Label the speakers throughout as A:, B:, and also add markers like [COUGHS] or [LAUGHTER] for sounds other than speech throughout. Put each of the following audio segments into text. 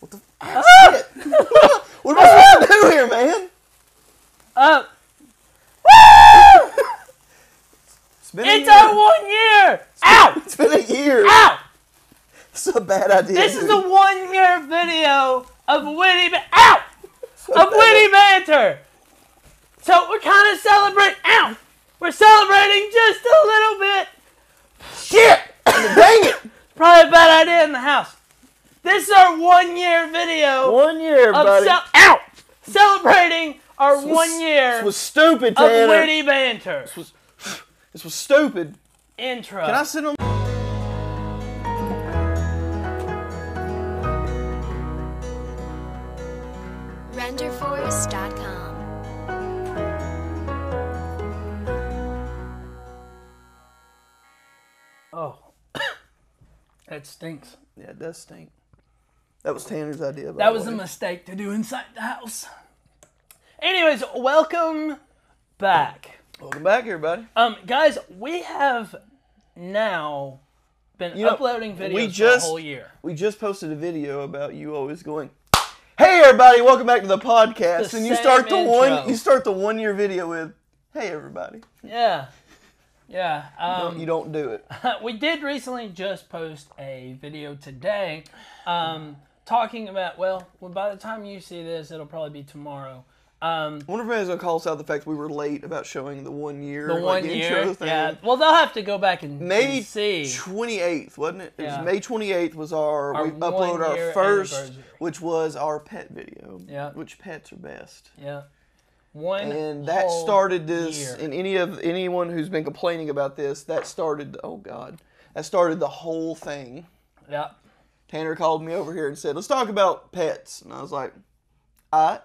A: What the ah, shit? [LAUGHS] what am I supposed to do here, man?
B: Up.
A: It's been
B: It's
A: a year.
B: our one year. Ow!
A: It's been a year.
B: Ow!
A: It's a bad idea.
B: This is
A: dude.
B: the one year video of witty ba- ow
A: It's a
B: of
A: bad-
B: witty banter. So we're kind of celebrating. Ow! We're celebrating just a little bit.
A: Shit! [LAUGHS] Dang it!
B: Probably a bad idea in the house. This is our one year video
C: One year,
B: of
C: buddy.
B: cel- ow celebrating our
A: was-
B: one year
A: This was stupid,
B: of
A: Tanner.
B: witty banter.
A: This was stupid.
B: Intro.
A: Can I sit on?
D: renderforce.com.
B: oh, [COUGHS] that stinks.
A: Yeah, it does stink. That was Tanner's idea. By
B: That
A: the
B: was a
A: way.
B: mistake to do inside the house. Anyways, welcome back.
A: Welcome back, everybody.
B: Um, guys, we have now been
A: know,
B: uploading videos
A: we
B: for a
A: just-
B: whole year.
A: We just posted a video about you always going. Hey, everybody! Welcome back to the podcast.
B: The
A: and you
B: same
A: start the
B: intro.
A: one. You start the one year video with. Hey, everybody!
B: Yeah. Yeah. Um,
A: you don't do it.
B: [LAUGHS] we did recently just post a video today um, talking about, well, well, by the time you see this, it'll probably be tomorrow. Um,
A: I wonder if anybody's gonna call us out the fact we were late about showing the one year,
B: the
A: like,
B: one
A: intro
B: year.
A: thing.
B: Yeah. Well, they'll have to go back and, and
A: May
B: see.
A: twenty eighth, wasn't it? It
B: Yeah.
A: was May twenty eighth was our,
B: Our
A: we uploaded
B: one-year
A: our first,
B: anniversary.
A: which was our pet video.
B: Yeah.
A: Which pets are best?
B: Yeah. One.
A: And that
B: whole
A: started this.
B: year.
A: And any of anyone who's been complaining about this, that started. Oh God, that started the whole thing.
B: Yeah.
A: Tanner called me over here and said, "Let's talk about pets," and I was like, "I,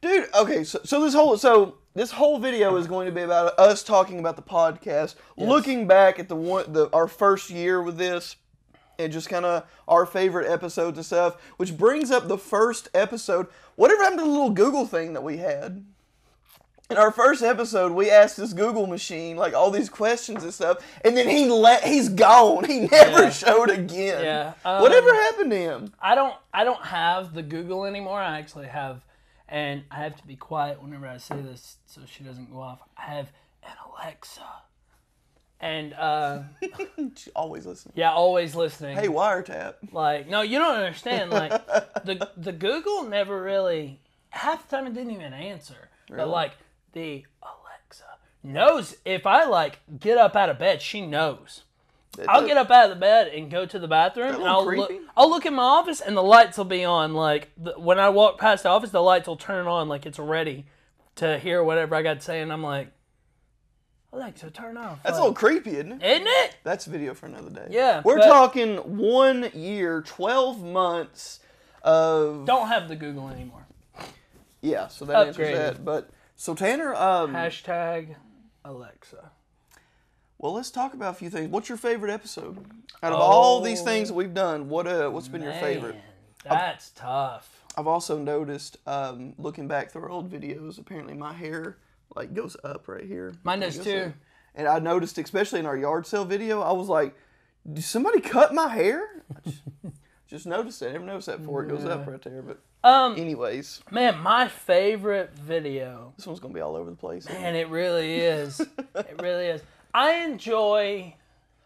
A: dude, okay." So, so this whole so this whole video is going to be about us talking about the podcast, looking back at the one the our first year with this, and just kind of our favorite episodes and stuff. Which brings up the first episode. Whatever happened to the little Google thing that we had? In our first episode, we asked this Google machine like all these questions and stuff, and then he let he's gone. [LAUGHS] He never
B: Yeah.
A: showed again.
B: Yeah,
A: Whatever
B: um,
A: happened to him?
B: I don't I don't have the Google anymore. I actually have and I have to be quiet whenever I say this so she doesn't go off. I have an Alexa.
A: [LAUGHS]
B: And uh
A: She always listening.
B: yeah, always listening.
A: Hey, wiretap.
B: Like no, you don't understand. Like
A: [LAUGHS]
B: the the Google never really half the time it didn't even answer. But like the Alexa knows if I like get up out of bed, she knows. I'll get up out of the bed and go to the bathroom, and
A: little
B: I'll look.
A: creepy?
B: I'll look in my office, and the lights will be on. Like the, when I walk past the office, the lights will turn on, like it's ready to hear whatever I got to say. And I'm like, Alexa, turn off.
A: That's a
B: like,
A: little creepy, isn't it?
B: isn't it?
A: That's video for another day.
B: Yeah,
A: We're
B: but-
A: talking one year, twelve months of
B: Don't have the Google anymore.
A: yeah. So that
B: Upgraded.
A: answers that. But so Tanner, um,
B: Hashtag Alexa.
A: well, let's talk about a few things. What's your favorite episode out of all these
B: Oh,
A: things that we've done? What uh, what's been your favorite?
B: Man, that's tough.
A: I've also noticed, um, looking back through our old videos, apparently my hair like goes up right here.
B: Mine
A: Like,
B: does
A: goes
B: too.
A: up. And I noticed, especially in our yard sale video, I was like, "Did somebody cut my hair?" I just, [LAUGHS] just noticed that. I never noticed that before. It goes up right there. But
B: Um,
A: anyways,
B: man, my favorite video
A: this one's gonna be all over the place.
B: And it really is. it really is. I enjoy.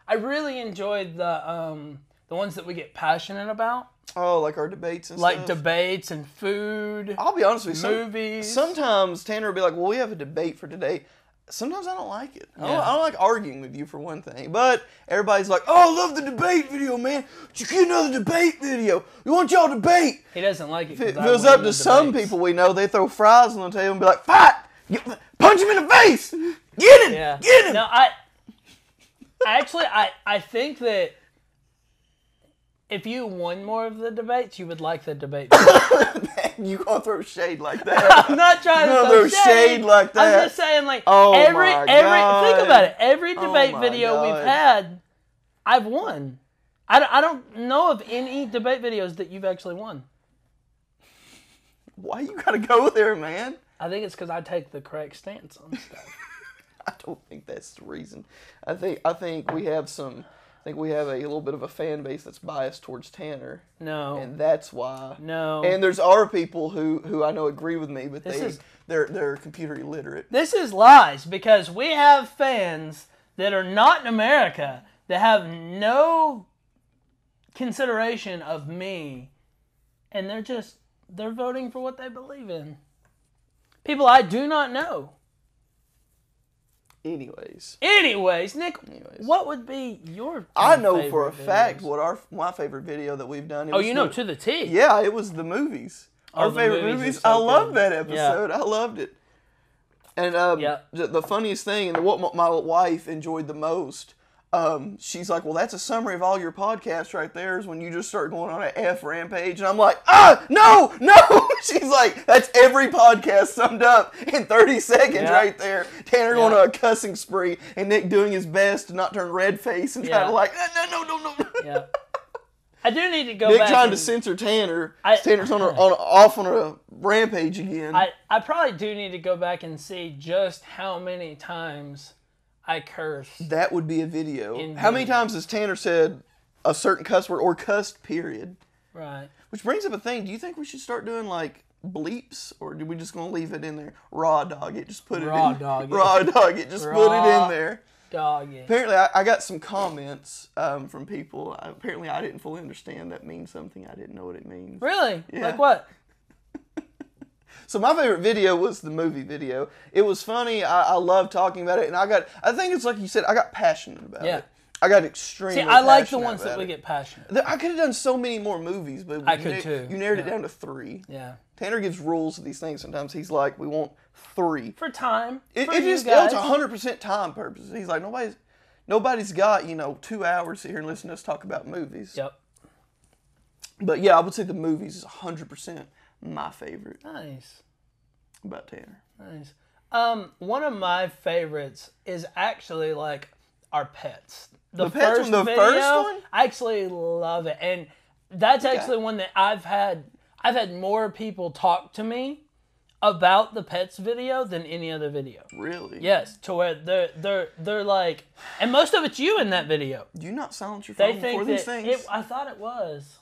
B: I really enjoy the um, the ones that we get passionate about,
A: Oh, like our debates and
B: like
A: stuff.
B: debates and food.
A: I'll be honest with you. some-
B: Movies.
A: Sometimes Tanner will be like, "Well, we have a debate for today." Sometimes I don't like it. I, don't,
B: Yeah.
A: I don't like arguing with you for one thing. But everybody's like, "Oh, I love the debate video, man! Did you get another debate video? We want y'all to debate."
B: He doesn't like it. 'cause
A: If it
B: I
A: was
B: win
A: up
B: the
A: to some
B: debates.
A: people we know, they throw fries on the table and be like, "Fight! Get, punch him in the face! Get him!
B: Yeah.
A: Get him!"
B: No, I. Actually, I I think that if you won more of the debates, you would like the debate.
A: [LAUGHS] you gonna throw shade like that?
B: [LAUGHS] I'm not trying
A: No,
B: to throw
A: there's shade like that.
B: I'm just saying, like
A: Oh
B: every
A: my
B: every
A: God. Oh
B: think about it. Every debate
A: my
B: video
A: God.
B: we've had, I've won. I don't, I don't know of any debate videos that you've actually won.
A: Why you gotta go there, man?
B: I think it's because I take the correct stance on stuff.
A: I don't think that's the reason. I think I think we have some think we have a little bit of a fan base that's biased towards Tanner,
B: No.
A: and that's why.
B: no.
A: And there's our people who who I know agree with me, but they
B: is-
A: they're they're computer illiterate.
B: this is lies because we have fans that are not in America that have no consideration of me and they're just they're voting for what they believe in. People I do not know.
A: Anyways,
B: Anyways, Nick,
A: Anyways.
B: what would be your
A: I know for a
B: favorite
A: fact
B: videos?
A: what our my favorite video that we've done. It
B: Oh,
A: was
B: you know
A: the-
B: to the T.
A: Yeah, it was the movies. Our
B: the
A: favorite
B: movies
A: movies.
B: are so
A: I love
B: good.
A: that
B: Yeah.
A: episode. I loved it. And um,
B: Yeah.
A: the, the funniest thing, and what my, my wife enjoyed the most, um, she's like, "Well, that's a summary of all your podcasts right there. Is when you just start going on an f rampage." And I'm like, "Ah, no, no!" [LAUGHS] she's like, "That's every podcast summed up in 30 seconds
B: Yeah.
A: right there." Tanner going
B: Yeah.
A: on a cussing spree, and Nick doing his best to not turn red face and try
B: Yeah.
A: to like, "Ah, "No, no, no, no."
B: Yeah. I do need to go
A: Nick
B: back
A: trying to
B: and-
A: censor Tanner.
B: I-
A: Tanner's
B: [CLEARS THROAT]
A: on, a, on a, off on a rampage again.
B: I, I probably do need to go back and see just how many times I curse.
A: that would be a video.
B: Indeed.
A: How many times has Tanner said a certain cuss word or cussed period?
B: Right.
A: Which brings up a thing. Do you think we should start doing like bleeps, or do we just gonna leave it in there? Raw dog it. Just put
B: Raw
A: it in. [LAUGHS]
B: dog it.
A: Raw dog it. Just put it
B: Raw.
A: in there.
B: Doggy.
A: Apparently, I, I got some comments um, from people. I, apparently, I didn't fully understand that means something. I didn't know what it means.
B: Really?
A: Yeah.
B: Like what?
A: So my favorite video was the movie video. It was funny. I, I love talking about it, and I got. I think it's like you said. I got passionate about
B: Yeah.
A: it. I got extremely.
B: See, I like the
A: passionate
B: ones that
A: about
B: we
A: it.
B: get passionate.
A: There- I could have done so many more movies, but
B: I
A: you
B: could
A: na-
B: too,
A: You narrowed it
B: yeah.
A: down to three.
B: Yeah.
A: Tanner gives rules to these things. Sometimes he's like, "We want three.
B: For time.
A: It,
B: for
A: it
B: you
A: just
B: guys.
A: it's hundred percent time purposes. He's like, nobody's, nobody's got you know two hours to sit here and listen to us talk about movies.
B: Yep.
A: But yeah, I would say the movies is hundred percent my favorite
B: Nice.
A: about Tanner.
B: Nice. Um, one of my favorites is actually like our pets.
A: The pets one, the first one?
B: I actually love it, and that's actually one that I've had. I've had more people talk to me about the pets video than any other video.
A: Really?
B: Yes, to where they're they're they're like, and most of it's you in that video.
A: Do you not silence your
B: They
A: phone
B: think
A: for these
B: that
A: things?
B: it, I thought it was.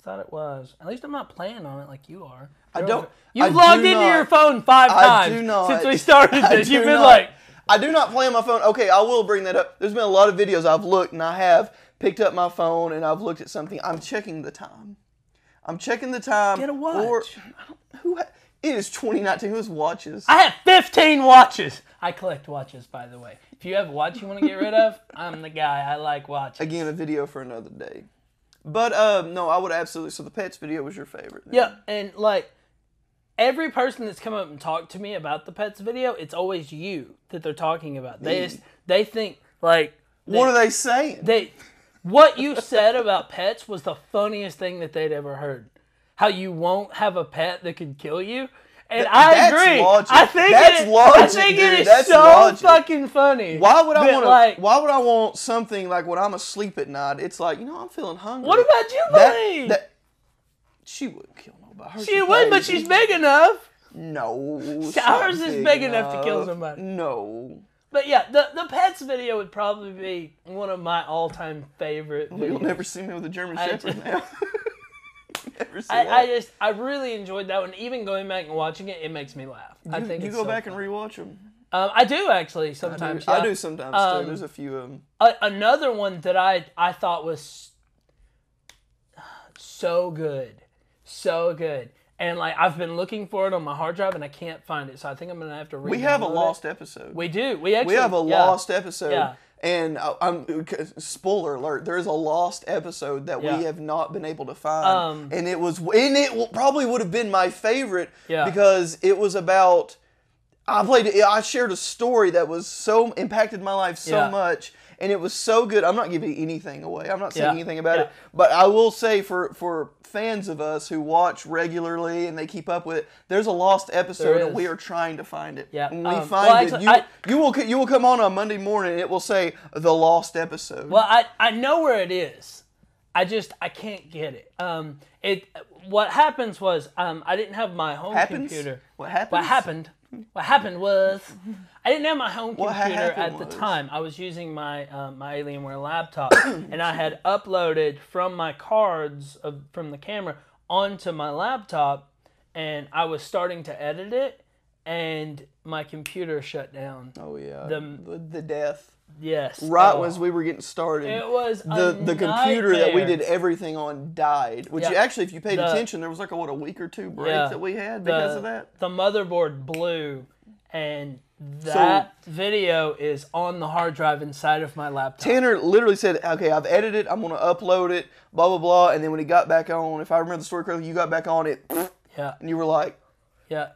B: I thought it was. At least I'm not playing on it like you are. I
A: don't- I
B: You've
A: do
B: logged into
A: not-
B: your phone five
A: I
B: times
A: do not.
B: since we
A: [LAUGHS]
B: started
A: I
B: this.
A: do
B: You've been
A: not.
B: like,
A: I do not play on my phone. Okay, I will bring that up. There's been a lot of videos I've looked and I have picked up my phone and I've looked at something. I'm checking the time. I'm checking the time.
B: Get a watch.
A: Or, I don't- who? Ha- it is 2019. Who's watches?
B: I have 15 watches. I collect watches, by the way. If you have a watch you want to get rid of, [LAUGHS] I'm the guy. I like watches.
A: Again, a video for another day. But um, no, I would absolutely. So the pets video was your favorite. then.
B: Yeah, and like every person that's come up and talked to me about the pets video, it's always you that they're talking about. They just they think like
A: What are they saying?
B: they what you said about pets was the funniest thing that they'd ever heard. How you won't have a pet that could kill you. And I
A: that's
B: agree.
A: logic.
B: I think
A: That's
B: it, I
A: logic,
B: think
A: dude.
B: it is
A: That's
B: so
A: logic.
B: fucking funny.
A: why would I
B: that,
A: want to?
B: like?
A: why would I want something like when I'm asleep at night? It's like you know I'm feeling hungry.
B: What about you,
A: that,
B: Believe?
A: that she wouldn't kill nobody. Hers
B: she
A: is
B: would, but
A: crazy.
B: she's big enough. [LAUGHS]
A: no. she's
B: Ours
A: not
B: is big enough to kill somebody.
A: No,
B: But yeah, the the pets video would probably be one of my all time favorite.
A: you'll
B: videos.
A: never see me with a German Shepherd
B: just-
A: now. [LAUGHS] never see that.
B: I, I just I really enjoyed that one. Even going back and watching it, it makes me laugh. I
A: you,
B: think
A: you
B: it's
A: go
B: so
A: back
B: fun.
A: and rewatch them.
B: Um, I do actually sometimes.
A: I
B: yeah. Um,
A: do sometimes too. There's a few of them.
B: A- another one that I I thought was so good, so good, and like I've been looking for it on my hard drive and I can't find it, so I think I'm gonna have to.
A: We have a
B: re-download it.
A: lost episode.
B: We do. We actually
A: we have a
B: yeah.
A: lost episode.
B: Yeah.
A: And I- I'm spoiler alert. There is a lost episode that
B: Yeah.
A: we have not been able to find,
B: Um,
A: and it was and it w- probably would have been my favorite
B: Yeah.
A: because it was about I played I shared a story that was so impacted my life so
B: Yeah.
A: much, and it was so good. I'm not giving anything away. I'm not saying
B: Yeah.
A: anything about
B: Yeah.
A: it, but I will say for for fans of us who watch regularly and they keep up with it, there's a lost episode,
B: is.
A: and we are trying to find it.
B: Yeah,
A: When we
B: um,
A: find
B: well,
A: it,
B: actually,
A: you,
B: I-
A: you will you will come on on Monday morning. and It will say the lost episode.
B: Well, I, I know where it is. I just I can't get it. Um, it what happens was um I didn't have my home
A: happens?
B: computer.
A: What happens?
B: What happened What happened was I didn't have my home
A: What ha-
B: computer
A: happened
B: at the
A: was-
B: time. I was using my um, my Alienware
A: [COUGHS]
B: laptop, and I had uploaded from my cards of, from the camera onto my laptop, and I was starting to edit it, and my computer shut down.
A: Oh yeah.
B: The-
A: The the death.
B: Yes,
A: Right
B: oh.
A: as we were getting started.
B: It was
A: the
B: a
A: the computer that we
B: nightmare.
A: did everything on died. Which
B: Yeah.
A: actually, if you paid
B: The-
A: attention, there was like a, what a week or two break
B: Yeah.
A: that we had
B: the,
A: because of that.
B: The motherboard blew, and that video is on the hard drive inside of my laptop.
A: Tanner literally said, "Okay, I've edited. I'm gonna upload it. Blah blah blah." And then when he got back on, if I remember the story correctly, you got back on it, [LAUGHS] and
B: Yeah,
A: you were like,
B: yeah.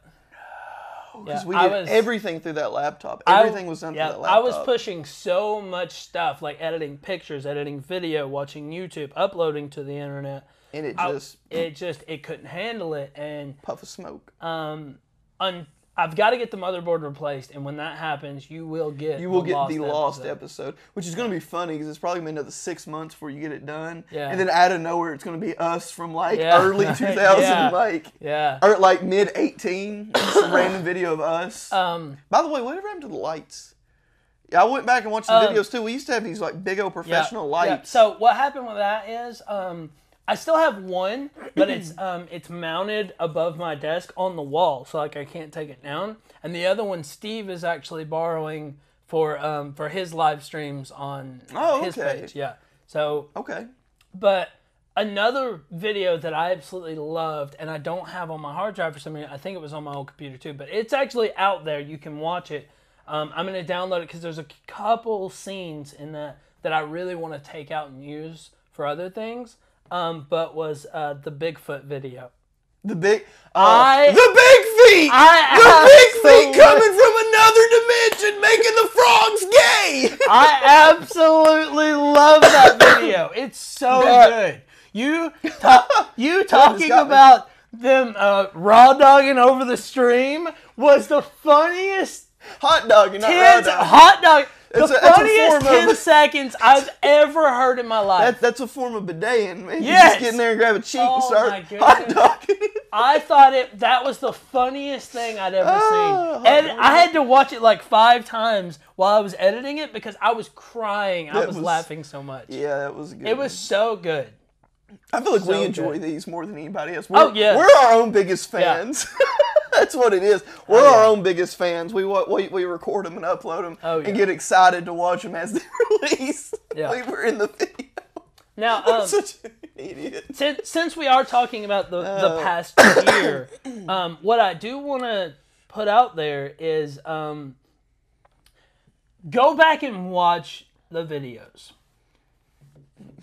B: Yeah,
A: "Because we
B: I
A: did
B: was-
A: everything through that laptop.
B: I-
A: Everything was done
B: yeah,
A: through that
B: I
A: laptop."
B: was pushing so much stuff, like editing pictures, editing video, watching YouTube, uploading to the internet.
A: and it
B: I-
A: just
B: it just it couldn't handle it, and
A: puff of smoke.
B: um, un, I've got to get the motherboard replaced. And when that happens, you will get
A: You will get the lost episode. which is going to be funny because it's probably gonna be another six months before you get it done.
B: Yeah.
A: And then out of nowhere, it's going to be us from like
B: [LAUGHS] Yeah.
A: early 2000,
B: Yeah.
A: like
B: Yeah.
A: or like mid 18, some random video of us.
B: Um,
A: By the way, whatever happened to the lights? Yeah, I went back and watched the videos too. We used to have these like big old
B: Um, Yeah,
A: professional
B: yeah.
A: lights.
B: So what happened with that is, um, I still have one,
A: [CLEARS THROAT]
B: but it's um, it's mounted above my desk on the wall, so like I can't take it down. And the other one, Steve is actually borrowing for um, for his live streams on
A: Oh,
B: his
A: okay.
B: page. Yeah. So,
A: Okay.
B: but another video that I absolutely loved, and I don't have on my hard drive for some reason. I think it was on my old computer too, but it's actually out there. You can watch it. Um, I'm gonna download it because there's a couple scenes in that that I really want to take out and use for other things. Um, but was uh, the Bigfoot video?
A: The big, uh,
B: I-
A: the big feet,
B: I
A: the big
B: absolute-
A: feet coming from another dimension, making the frogs gay.
B: [LAUGHS] I absolutely love that video. It's so
A: That-
B: good. You ta- you talking
A: got me.
B: about them uh, raw dogging over the stream was the funniest
A: Hot dog, and not raw
B: ten
A: dog.
B: hot dog. The
A: It's a- it's a
B: funniest
A: form of-
B: ten seconds I've ever heard in my life.
A: That, that's a form of bidetting, man. You
B: Yes.
A: just get in there and grab a cheek
B: Oh,
A: and
B: my
A: start
B: goodness.
A: [LAUGHS] hot dogging.
B: I thought it that was the funniest thing I'd ever
A: Oh,
B: seen. And
A: hot dog.
B: I had to watch it like five times while I was editing it because I was crying. I
A: That
B: was,
A: was-
B: laughing so much.
A: yeah, that was a good.
B: It was so good.
A: I feel like
B: so
A: we enjoy
B: good.
A: these more than anybody else. We're,
B: Oh, yeah.
A: We're our own biggest fans. [LAUGHS] That's what it is.
B: Oh,
A: We're our own biggest fans. We, wa- we we record them and upload them
B: Oh, yeah.
A: and get excited to watch them as [LAUGHS] they release.
B: Yeah.
A: Like we're in the video.
B: Now, um,
A: Such an idiot.
B: since, since we are talking about the, the
A: Oh.
B: past year, [COUGHS] um, what I do want to put out there is um, go back and watch the videos.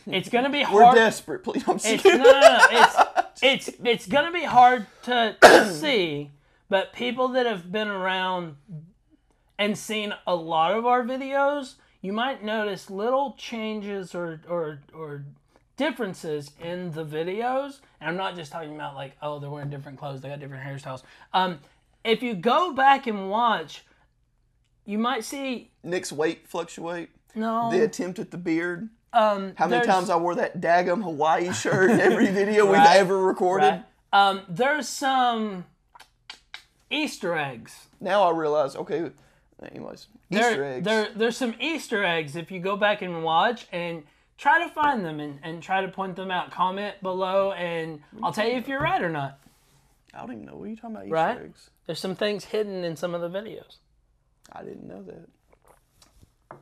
B: It's gonna be
A: We're
B: hard.
A: desperate. Please, I'm
B: it's,
A: scared.
B: no, no, no, it's, it's it's gonna be hard to,
A: [COUGHS]
B: to see, but people that have been around and seen a lot of our videos, you might notice little changes or or or differences in the videos. And I'm not just talking about like, oh, they're wearing different clothes, they got different hairstyles. Um, if you go back and watch, you might see
A: Nick's weight fluctuate.
B: no.
A: The attempt at the beard.
B: um,
A: How many
B: there's-
A: times I wore that daggum
B: [LAUGHS]
A: Hawaii shirt in every video we've
B: Right,
A: ever recorded.
B: Right. Um, there's some Easter eggs.
A: Now I realize, okay, anyways,
B: There-
A: Easter eggs.
B: There, there's some Easter eggs if you go back and watch and try to find them and, and try to point them out. Comment below and I'll tell you if you're right or not.
A: I don't even know. What are you talking about, Easter
B: Right?
A: eggs?
B: There's some things hidden in some of the videos.
A: I didn't know that.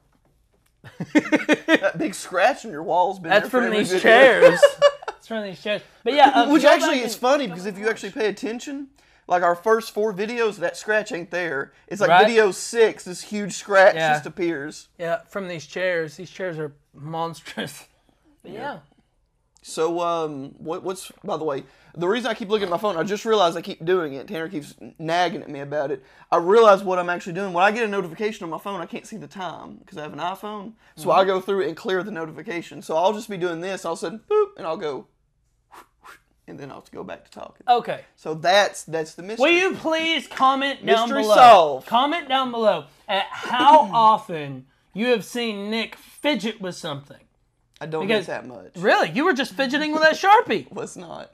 A: that [LAUGHS] big scratch on your wall's been
B: That's
A: there for
B: from
A: every
B: these
A: video. [LAUGHS]
B: chairs. [LAUGHS] It's from these chairs. But yeah, um,
A: Which
B: go
A: actually
B: back
A: is
B: and-
A: funny because if you actually pay attention, like our first four videos, that scratch ain't there. It's like
B: Right.
A: video six, this huge scratch
B: Yeah.
A: just appears.
B: Yeah, from these chairs. These chairs are monstrous. But yeah.
A: So, um, what, what's by the way? The reason I keep looking at my phone, I just realized I keep doing it. Tanner keeps nagging at me about it. I realize what I'm actually doing. When I get a notification on my phone, I can't see the time because I have an iPhone. So I go through it and clear the notification. So I'll just be doing this. All of a sudden, boop, and I'll go, and then I'll go back to talking.
B: Okay.
A: So that's that's the mystery.
B: Will you please comment down
A: Mystery
B: below?
A: solved.
B: Comment down below at how
A: [CLEARS THROAT]
B: often you have seen Nick fidget with something.
A: I don't
B: because-
A: get that much.
B: Really, you were just fidgeting with that sharpie.
A: Was not.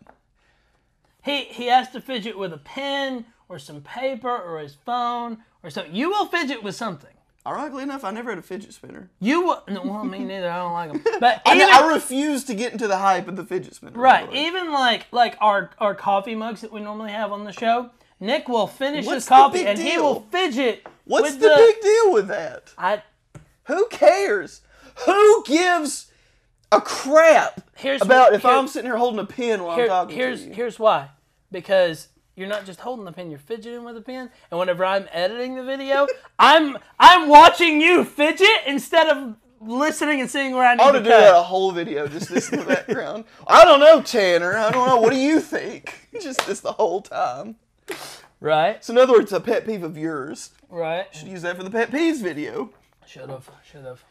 B: He he has to fidget with a pen or some paper or his phone or something. You will fidget with something.
A: Ironically enough, I never had a fidget spinner.
B: You will. No,
A: [LAUGHS]
B: well, me neither. I don't like them. But
A: I,
B: even,
A: I refuse to get into the hype of the fidget spinner. by the
B: right,
A: way.
B: even like like our our coffee mugs that we normally have on the show. Nick will finish
A: What's
B: his
A: the
B: coffee
A: big
B: and he
A: deal?
B: will fidget.
A: What's
B: with
A: the big deal with that?
B: I
A: Who cares? Who gives a crap
B: here's
A: about
B: what-
A: if
B: here-
A: I'm sitting here holding a pen while
B: here-
A: I'm talking
B: here's
A: to you?
B: here's why because you're not just holding the pen you're fidgeting with the pen and whenever i'm editing the
A: [LAUGHS]
B: video i'm i'm watching you fidget instead of listening and seeing where i need
A: I ought
B: to
A: to do
B: cut.
A: that a whole video, just this in the background. I don't know, Tanner. I don't know. What do you think? [LAUGHS] Just this the whole time.
B: right
A: So in other words, a pet peeve of yours.
B: right
A: Use that for the pet peeves video.
B: should have should have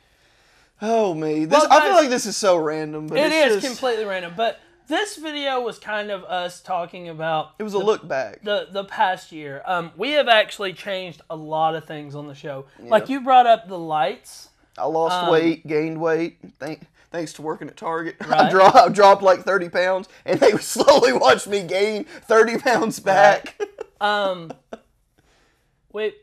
A: Oh me, this
B: Well,
A: I feel
B: guys-
A: like this is so random, but
B: it
A: it's
B: is
A: just-
B: completely random but this video was kind of us talking about
A: it was a look back.
B: the the past year, um, we have actually changed a lot of things on the show. Like you brought up the lights.
A: I lost
B: Um,
A: weight, gained weight, thank, thanks to working at Target. [LAUGHS] I,
B: Right.
A: dropped, I dropped like 30 pounds, and they [LAUGHS] slowly watched me gain 30 pounds back. [LAUGHS]
B: Um, wait,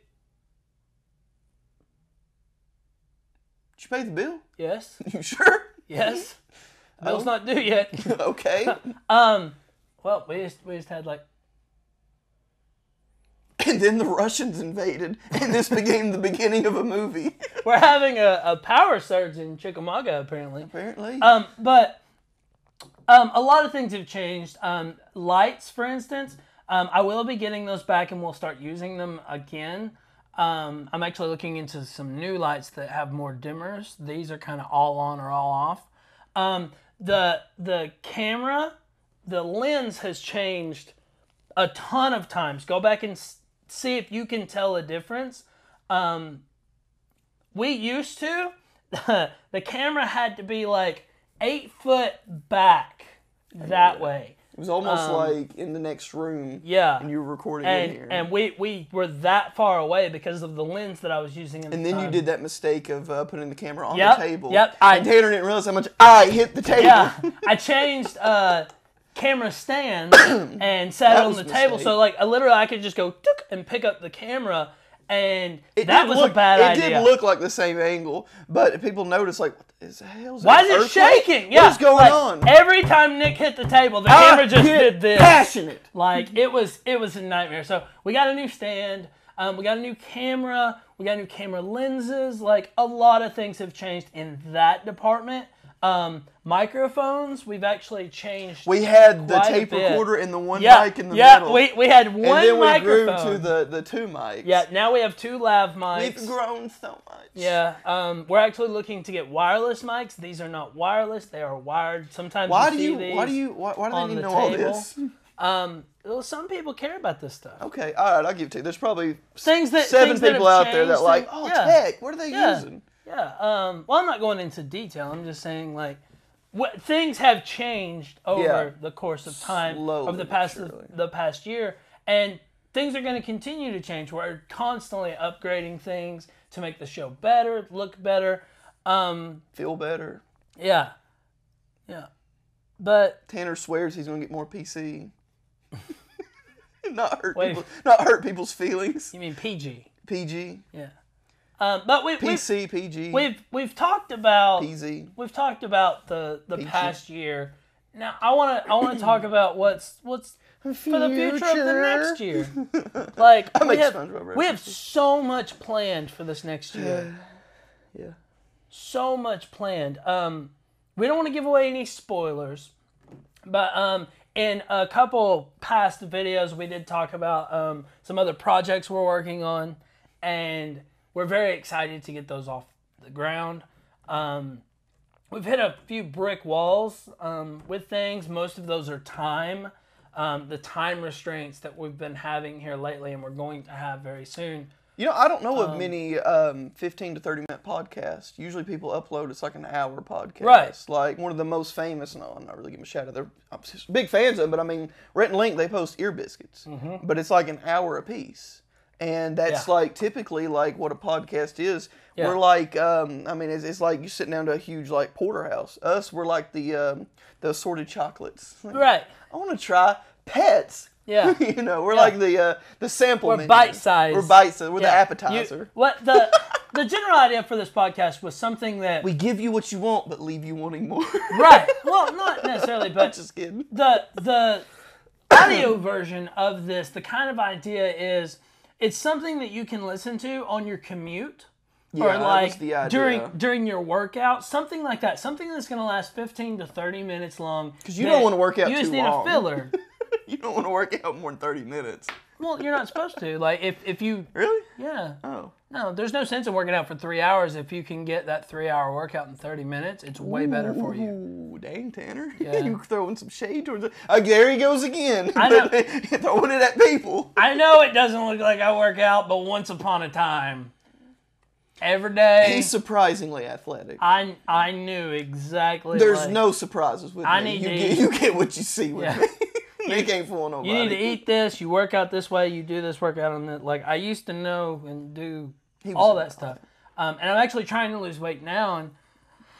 A: Did you pay the bill?
B: yes,
A: You sure?
B: yes. Bill's not due yet.
A: [LAUGHS]
B: [LAUGHS]
A: Okay.
B: Um, well, we just we just had like
A: and then the Russians invaded, and this became the beginning of a movie, [LAUGHS]
B: we're having a, a power surge in Chickamauga apparently.
A: apparently.
B: Um, but um, a lot of things have changed. Um, lights, for instance, um, I will be getting those back and we'll start using them again. Um, I'm actually looking into some new lights that have more dimmers. These are kind of all on or all off. Um, the the camera, the lens has changed a ton of times. Go back and s- see if you can tell a difference. Um, we used to, [LAUGHS] the camera had to be like eight foot back
A: Oh,
B: that way.
A: it was almost like in the next room,
B: um, Yeah.
A: and you were recording in here.
B: And, and we, we were that far away because of the lens that I was using. In
A: And then you did that mistake of uh, putting the camera on
B: um, Yep,
A: the table.
B: yep, I-
A: and Tanner didn't realize how much I hit the table.
B: Yeah,
A: [LAUGHS]
B: I changed uh,
A: [CLEARS THROAT]
B: camera stand and sat it on
A: was
B: the
A: a
B: table. So like, I literally, I could just go took and pick up the camera, and that
A: did
B: was
A: look-
B: a bad
A: it
B: idea.
A: did look like the same angle, but people noticed like, what is the hell's
B: Why
A: that,
B: is it
A: earthquake?
B: shaking? Yeah,
A: what is going
B: like, eh,
A: on?
B: Every time Nick hit the table, the
A: I
B: camera just
A: get
B: did this.
A: Passionate.
B: Like it was, it was a nightmare. So we got a new stand. Um, we got a new camera. We got new camera lenses. Like a lot of things have changed in that department. Um, microphones. We've actually changed.
A: We had the
B: Quite a
A: tape
B: bit.
A: recorder and the one
B: yeah,
A: mic in the
B: yeah.
A: middle,
B: We we had
A: and
B: one
A: then we
B: microphone.
A: grew to the the two mics.
B: yeah. Now we have two lav
A: we've
B: mics.
A: grown so much.
B: Yeah, um, we're actually looking to get wireless mics. These are not wireless; they are wired. Sometimes
A: Why
B: you
A: do
B: see
A: you?
B: These.
A: Why do you? Why, why do
B: on
A: they need to
B: the
A: know all
B: table.
A: this?
B: Um, well, some people care about this stuff.
A: Okay, all right, I'll give it to you. There's probably
B: Things that
A: Oh, seven
B: things that
A: people
B: have
A: out there that
B: changed
A: like,
B: and-
A: oh,
B: yeah,
A: tech. What are they
B: Yeah.
A: using?
B: yeah. Um, well, I'm not going into detail. I'm just saying like, what things have changed over
A: Yeah.
B: the course of time
A: Slowly
B: of the
A: but
B: past
A: surely.
B: the past year, and things are going to continue to change. We're constantly upgrading things to make the show better, look better. Um,
A: Feel better.
B: yeah, yeah, but.
A: Tanner swears he's gonna get more
B: [LAUGHS]
A: PC. [LAUGHS] not hurt
B: Wait.
A: people, not hurt people's feelings.
B: You mean PG?
A: PG,
B: Yeah. Um, but we, we've,
A: PC, PG,
B: we've we've talked about
A: PZ.
B: we've talked about the the past year. Now I want to I want to talk about what's what's for the future of the next year. Like we
A: make
B: have,
A: SpongeBob
B: we have so much planned for this next year.
A: Yeah.
B: So much planned. Um, we don't want to give away any spoilers, but um, in a couple past videos we did talk about um, some other projects we're working on, and we're very excited to get those off the ground. Um, we've hit a few brick walls um, with things. Most of those are time, um, the time restraints that we've been having here lately, and we're going to have very soon.
A: You know, I don't know of many um, 15 to 30 minute podcasts. Usually people upload it's like an hour podcast.
B: Right.
A: Like one of the most famous, no, I'm not really giving a shout out. They're I'm just big fans of them, but I mean, Rhett and Link, they post ear biscuits. But it's like an hour a piece. And that's
B: Mm-hmm. Yeah.
A: like typically like what a podcast is. We're like, um, I mean, it's, it's like you're sitting down to a huge like porterhouse. Us, we're like the um, the assorted chocolates. Like,
B: Right.
A: I want to try pets
B: Yeah.
A: [LAUGHS] you know, we're
B: Yeah.
A: like the uh, the sample.
B: We're
A: menu.
B: bite-sized.
A: We're bite sized. We're the
B: Yeah.
A: appetizer.
B: You- what the the general idea for this podcast was something that
A: we give you what you want, but leave you wanting more.
B: [LAUGHS]
A: [LAUGHS]
B: right. Well, not necessarily, but
A: Just kidding.
B: the the audio version of this, the kind of idea is it's something that you can listen to on your commute
A: Yeah,
B: or
A: that was
B: like
A: the idea.
B: during during your workout, something like that. Something that's going to last 15 to 30 minutes long. Cuz
A: you don't wanna work out
B: You just
A: too
B: need
A: long. [LAUGHS]
B: a filler.
A: You don't want to work out more than thirty minutes.
B: well, you're not supposed to. Like if if you
A: Really?
B: yeah.
A: Oh.
B: No, there's no sense in working out for 3 hours if you can get that 3-hour workout in 30 minutes. It's way better for you.
A: Ooh, dang, Tanner. [LAUGHS]
B: Yeah.
A: you throwing some shade towards it. Uh, there he goes again.
B: I
A: [LAUGHS]
B: know.
A: throwing it at
B: [LAUGHS]
A: people.
B: I know it doesn't look like I work out, but once upon a time, every day,
A: He's surprisingly athletic.
B: I I knew exactly.
A: There's
B: like,
A: no surprises with
B: I
A: me.
B: need
A: you,
B: to
A: get,
B: eat.
A: you get what you see with
B: Yeah.
A: me. [LAUGHS] they can't fool nobody.
B: You need to eat this. You work out this way. You do this workout on that. Like I used to know and do all that stuff. Um, and I'm actually trying to lose weight now, and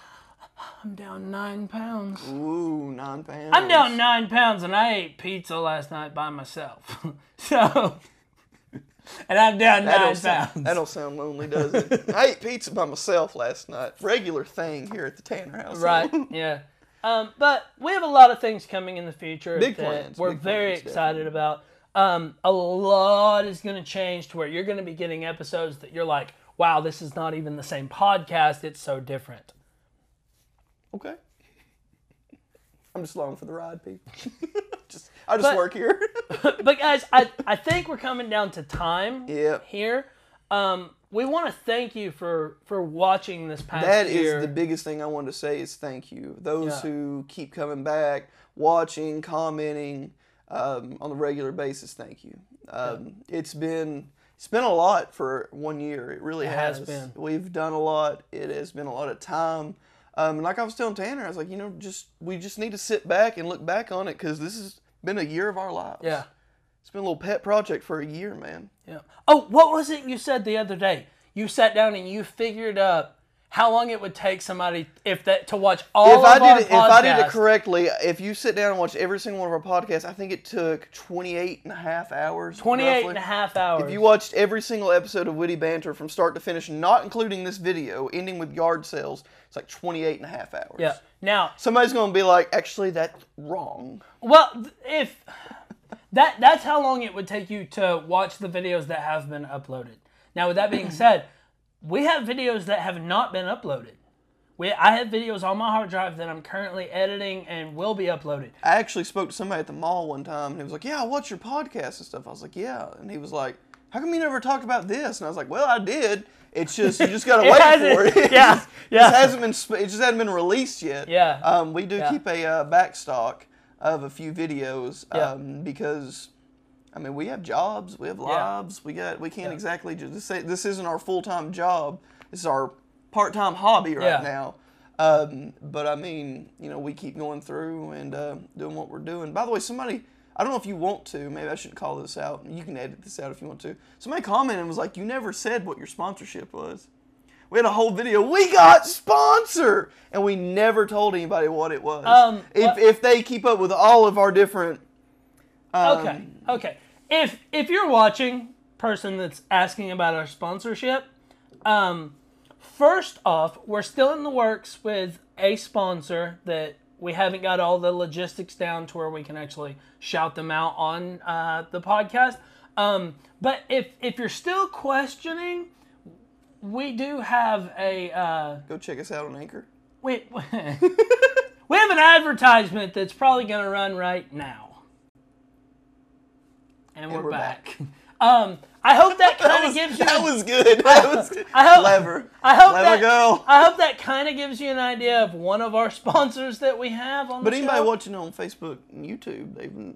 B: [SIGHS] I'm down nine pounds.
A: Ooh, non pounds.
B: I'm down nine pounds, and I ate pizza last night by myself. [LAUGHS] so, and I'm down
A: That
B: nine
A: don't, sound,
B: pounds.
A: that don't sound lonely, does it? [LAUGHS] I ate pizza by myself last night. Regular thing here at the Tanner house.
B: [LAUGHS] [LAUGHS] Right. yeah. Um, but we have a lot of things coming in the future.
A: Big
B: that
A: plans,
B: We're
A: big
B: very
A: plans,
B: excited about. Um, a lot is going to change to where you're going to be getting episodes that you're like, wow, this is not even the same podcast. It's so different.
A: [LAUGHS] Okay. I'm just long for the ride, people. [LAUGHS] just, I just
B: But-
A: work here.
B: But guys, I, I think we're coming down to time
A: yeah.
B: here. Um, we want to thank you for for watching this past
A: That is
B: year.
A: the biggest thing I want to say is thank you. Those
B: Yeah.
A: who keep coming back, watching, commenting um, on a regular basis, thank you. Um, It's been it's been a lot for one year. It really
B: has been.
A: We've done a lot. It has been a lot of time. Um, and like I was telling Tanner, I was like, you know, just we just need to sit back and look back on it because this has been a year of our lives.
B: yeah.
A: it's been a little pet project for a year, man.
B: Yeah. Oh, what was it you said the other day? You sat down and you figured up how long it would take somebody if that to watch all
A: if
B: of
A: I
B: our
A: did it, if I did it
B: podcasts.
A: correctly, if you sit down and watch every single one of our podcasts, I think it took 28 and a half hours.
B: 28
A: roughly.
B: and a half hours.
A: If you watched every single episode of Witty Banter from start to finish, not including this video, ending with yard sales, it's like 28 and a half hours.
B: yeah. Now,
A: Somebody's going to be like, actually, that's wrong.
B: well, th- if that that's how long it would take you to watch the videos that have been uploaded. Now, with
A: [CLEARS THROAT]
B: that being said, we have videos that have not been uploaded. We, I have videos on my hard drive that I'm currently editing and will be uploaded.
A: I actually spoke to somebody at the mall one time, and he was like, "Yeah, I watch your podcast and stuff." I was like, "Yeah," and he was like, "How come you never talked about this?" And I was like, "Well, I did. It's just you just gotta
B: [LAUGHS] It
A: wait
B: hasn't-
A: for it. [LAUGHS] it.
B: yeah,
A: just,
B: yeah.
A: It just hasn't been. sp- It just hasn't been released yet.
B: Yeah.
A: Um, we do
B: Yeah.
A: keep a uh, back stock of a few videos.
B: Yeah.
A: Um, because. I mean, we have jobs, we have lives, we got, we can't exactly just say this isn't our full time job. This is our part time hobby right
B: Yeah.
A: now. Um, but I mean, you know, we keep going through and uh, doing what we're doing. By the way, somebody, I don't know if you want to, maybe I should call this out. You can edit this out if you want to. Somebody commented and was like, You never said what your sponsorship was. We had a whole video. We got sponsor, and we never told anybody what it was.
B: Um,
A: if,
B: what-
A: if they keep up with all of our different,
B: Okay. Okay. If if you're watching, person that's asking about our sponsorship, um, first off, we're still in the works with a sponsor that we haven't got all the logistics down to where we can actually shout them out on uh, the podcast. Um, but if if you're still questioning, we do have a. Uh,
A: go check us out on Anchor.
B: Wait, [LAUGHS] we have an advertisement that's probably going to run right now. And, we're,
A: we're
B: back. Um, I
A: [LAUGHS]
B: hope that kind of
A: was-
B: gives you.
A: that was good. [LAUGHS] That was good.
B: I hope-
A: Clever.
B: I hope
A: Clever
B: that,
A: girl.
B: I hope that kind of gives you an idea of one of our [LAUGHS] sponsors that we have on
A: But
B: the
A: anybody
B: show.
A: watching on Facebook and YouTube, they've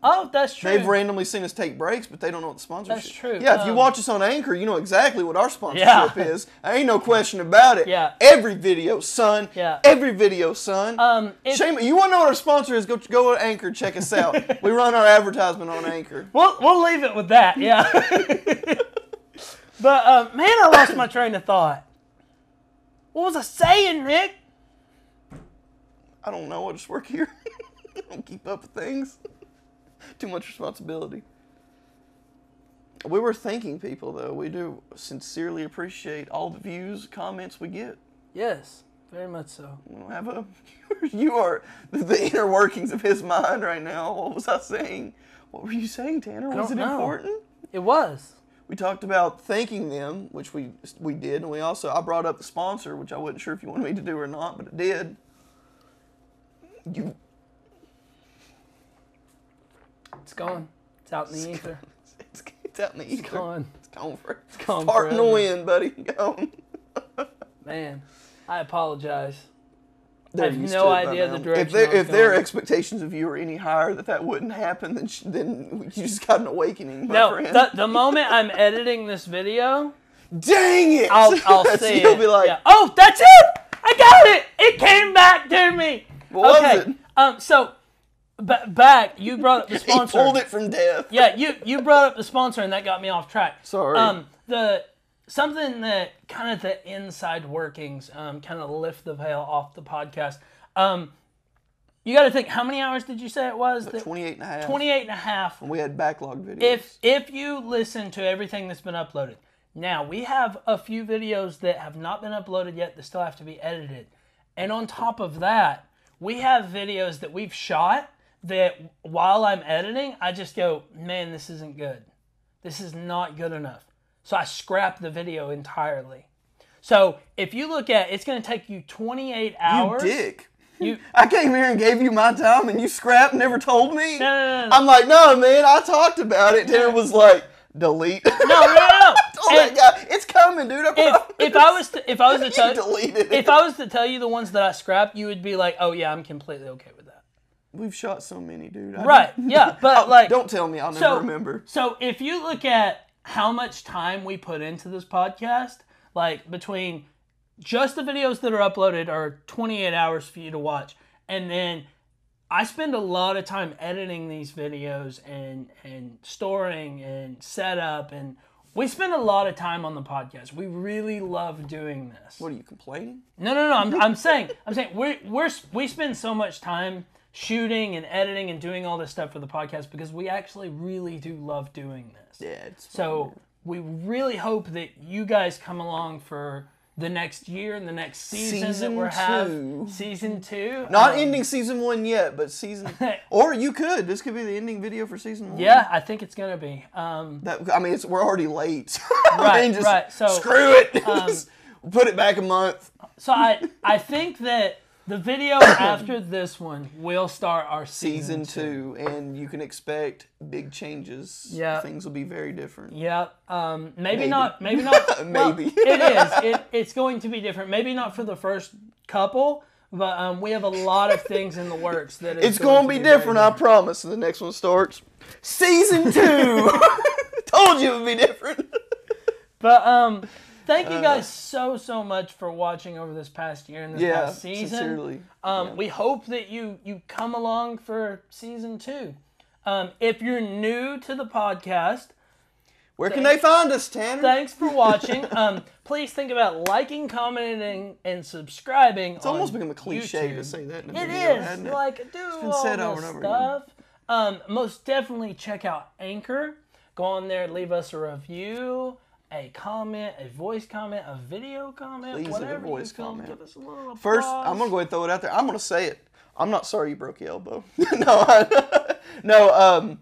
B: oh, that's true.
A: they've randomly seen us take breaks, but they don't know what the sponsorship.
B: That's true.
A: Yeah, if you
B: Um,
A: watch us on Anchor, you know exactly what our sponsorship
B: Yeah.
A: [LAUGHS] is. There ain't no question about it.
B: Yeah.
A: Every video, son.
B: Yeah.
A: Every video, son.
B: um, if-
A: Shame. You want to know what our sponsor is? Go go to Anchor. Check us
B: [LAUGHS]
A: out. we run our advertisement on Anchor.
B: We'll we'll leave it with that.
A: [LAUGHS]
B: Yeah. but uh, man, I lost my train of thought. What was I saying, Rick?
A: [LAUGHS] I don't know. I just work here. I don't keep up with things. Too much responsibility. We were thanking people though. We do sincerely appreciate all the views, comments we get.
B: Yes, very much so.
A: We don't have a. [LAUGHS] You are the inner workings of his mind right now. What was I saying? What were you saying, Tanner? Was it
B: don't know.
A: important?
B: It was.
A: We talked about thanking them, which we we did, and we also I brought up the sponsor, which I wasn't sure if you wanted me to do or not, but I did. You
B: It's gone. It's out in the ether.
A: it's, it's out in the ether.
B: It's gone.
A: It's gone for. It's
B: gone
A: Fart in the
B: forever.
A: wind, buddy. [LAUGHS] Gone.
B: Man, I apologize.
A: They're
B: have
A: used
B: no
A: to it by
B: idea the
A: now. If,
B: direction
A: their-
B: I was
A: if their
B: going.
A: expectations of you are any higher that that wouldn't happen, then sh- then you just got an awakening, my
B: No,
A: friend.
B: the, the
A: [LAUGHS]
B: moment I'm editing this video,
A: Dang it! [LAUGHS]
B: I'll, I'll
A: That's-
B: see
A: You'll
B: it.
A: be like,
B: Yeah. oh, that's it! I got it! It came back to me.
A: What was
B: okay.
A: it?
B: Um. So, ba back. You brought up
A: [LAUGHS]
B: the
A: he
B: sponsor.
A: pulled it from death.
B: Yeah. You you brought up the sponsor, and that got me off track.
A: Sorry.
B: Um. The something that kind of the inside workings, um, kind of lift the veil off the podcast. Um. You got to think. How many hours did you say it was? That,
A: 28 and a half.
B: 28 and a half.
A: We had backlog videos.
B: if if you listen to everything that's been uploaded now we have a few videos that have not been uploaded yet that still have to be edited and on top of that we have videos that we've shot that while i'm editing i just go man this isn't good this is not good enough so i scrap the video entirely so if you look at it's going to take you 28
A: you
B: hours
A: dick.
B: You-
A: [LAUGHS] I came here and gave you my time, and you scrapped, and never told me.
B: no, no, no, no.
A: I'm like, no, man. I talked about it. Tanner was like, delete. [LAUGHS]
B: no no no,
A: Told
B: no.
A: that
B: And
A: guy, it's coming, dude. I
B: if,
A: promise."
B: if
A: [LAUGHS]
B: i was to if i was to tell
A: you deleted it.
B: if I was to tell you the ones that I scrapped, you would be like, "Oh yeah, I'm completely okay with that."
A: We've shot so many, dude. I
B: Right? Yeah,
A: [LAUGHS]
B: but like,
A: Oh, Don't tell me. I'll never
B: So-
A: remember.
B: So if you look at how much time we put into this podcast, like between just the videos that are uploaded are 28 hours for you to watch, and then I spend a lot of time editing these videos and and storing and setup and we spend a lot of time on the podcast. We really love doing this.
A: What are you complaining?
B: No, no, no.
A: [LAUGHS]
B: I'm, I'm saying, I'm saying we're, we're, we spend so much time shooting and editing and doing all this stuff for the podcast because we actually really do love doing this.
A: Yeah, it's
B: So we really hope that you guys come along for the next year and the next season,
A: Season
B: that we're having.
A: two.
B: Season two.
A: not
B: Um,
A: ending season one yet, but
B: [LAUGHS]
A: season. or you could. This could be the ending video for season one.
B: Yeah, I think it's gonna be. Um,
A: That I mean, it's we're already late. [LAUGHS] I
B: Right,
A: mean, just
B: right, so, um,
A: screw it. [LAUGHS] Just put it back a month.
B: so I, I think that the
A: [COUGHS]
B: video after this one will start our season.
A: Season two, and you can expect big changes.
B: Yeah.
A: things will be very different.
B: Yeah, um, maybe, not.
A: [LAUGHS]
B: Maybe not. well,
A: Maybe.
B: it is. It, it's going to be different. Maybe not for the first couple, but um, we have a lot of things in the works that is
A: It's going to be
B: very
A: different, I promise. And the next one starts season two. [LAUGHS] Told you it would be different.
B: But um, thank you guys so so much for watching over this past year and this
A: Yeah,
B: past season.
A: sincerely.
B: Um, we hope that you you come along for season two. Um, if you're new to the podcast,
A: Where can they find us, Tanner?
B: thanks for
A: [LAUGHS]
B: watching. um, please think about liking, commenting, and subscribing. It's
A: almost become a cliche to say that in a
B: It
A: video,
B: is.
A: hasn't it?
B: Like, do
A: been
B: all
A: said
B: this
A: over and over
B: stuff. Um, most definitely check out Anchor. Go on there, leave us a review, a comment, a voice comment, a video comment,
A: Please leave a
B: whatever
A: voice
B: you feel.
A: comment.
B: Give us a little
A: First,
B: applause.
A: I'm gonna go ahead and throw it out there. I'm gonna say it. I'm not sorry you broke your elbow. [LAUGHS] no, I, [LAUGHS] no, um,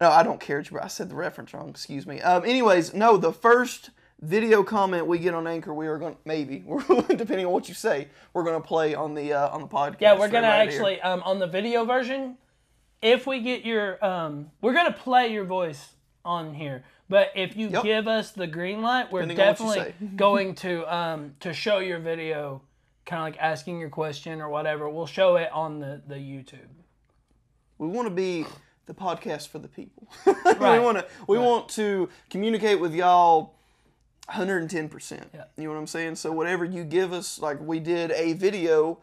A: no, I don't care. what you bro- I said the reference wrong. Excuse me. Um, anyways, no, the first video comment we get on Anchor, we are gonna maybe, [LAUGHS] depending on what you say, we're gonna play on the uh, on the podcast.
B: Yeah, we're
A: right
B: gonna
A: here.
B: actually um, on the video version. If we get your, um, we're gonna play your voice on here. But if you give us the green light, we're
A: Depending on what you [LAUGHS]
B: definitely going to um, to show your video, kind of like asking your question or whatever. We'll show it on the the YouTube.
A: we want to be the podcast for the people. [LAUGHS]
B: Right.
A: we want to we want to communicate with y'all 110%. You know what I'm saying? So whatever you give us like we did a video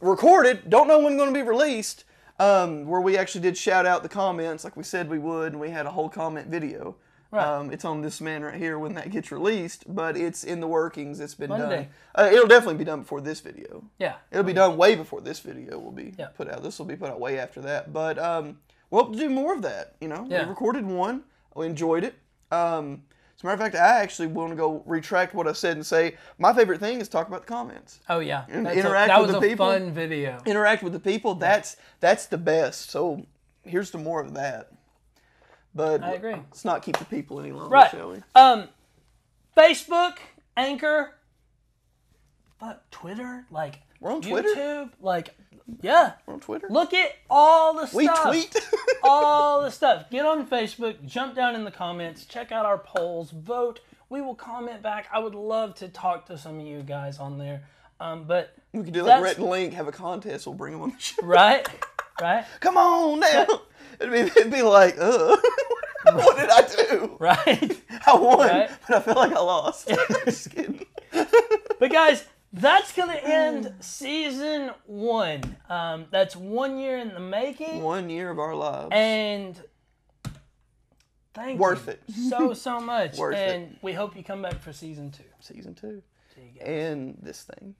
A: recorded, don't know when going to be released. Um, where we actually did shout out the comments like we said we would, and we had a whole comment video. Right. Um, it's on this man right here when that gets released, but it's in the workings. It's been
B: Monday.
A: done. Uh, it'll definitely be done before this video.
B: Yeah,
A: It'll be done way before this video will be put out. This will be put out way after that. But um, we'll have to do more of that. You know,
B: Yeah.
A: we recorded one. I enjoyed it. Um, as a matter of fact, I actually want to go retract what I said and say my favorite thing is talk about the comments,
B: Oh yeah, That's a-
A: interact
B: that
A: with
B: was
A: the
B: a
A: people.
B: fun video.
A: interact with the people. That's that's the best. So here's to more of that. But
B: I agree.
A: let's not keep the people any longer,
B: Right.
A: shall we?
B: Um, Facebook, Anchor, fuck Twitter, like
A: We're on Twitter?
B: YouTube, like yeah.
A: We're on Twitter.
B: Look at all the
A: we
B: stuff.
A: tweet.
B: [LAUGHS] all the stuff. Get on Facebook, jump down in the comments, check out our polls, vote. We will comment back. I would love to talk to some of you guys on there. Um, but
A: [LAUGHS] we could do like
B: That's-
A: Rhett and Link have a contest. We'll bring them on the show. [LAUGHS]
B: right, right,
A: Come on
B: [LAUGHS]
A: now. It'd be, it'd be like, ugh. [LAUGHS] what did I do? [LAUGHS]
B: right.
A: I won,
B: Right.
A: but I feel like I
B: [LAUGHS]
A: lost. [LAUGHS] Just kidding.
B: But guys, that's gonna end season one. Um, that's one year in the making,
A: One year of our lives.
B: and thank
A: Worth
B: you
A: it. [LAUGHS]
B: so so much.
A: Worth it.
B: and we hope you come back for season two.
A: Season two.
B: See you guys.
A: And this thing.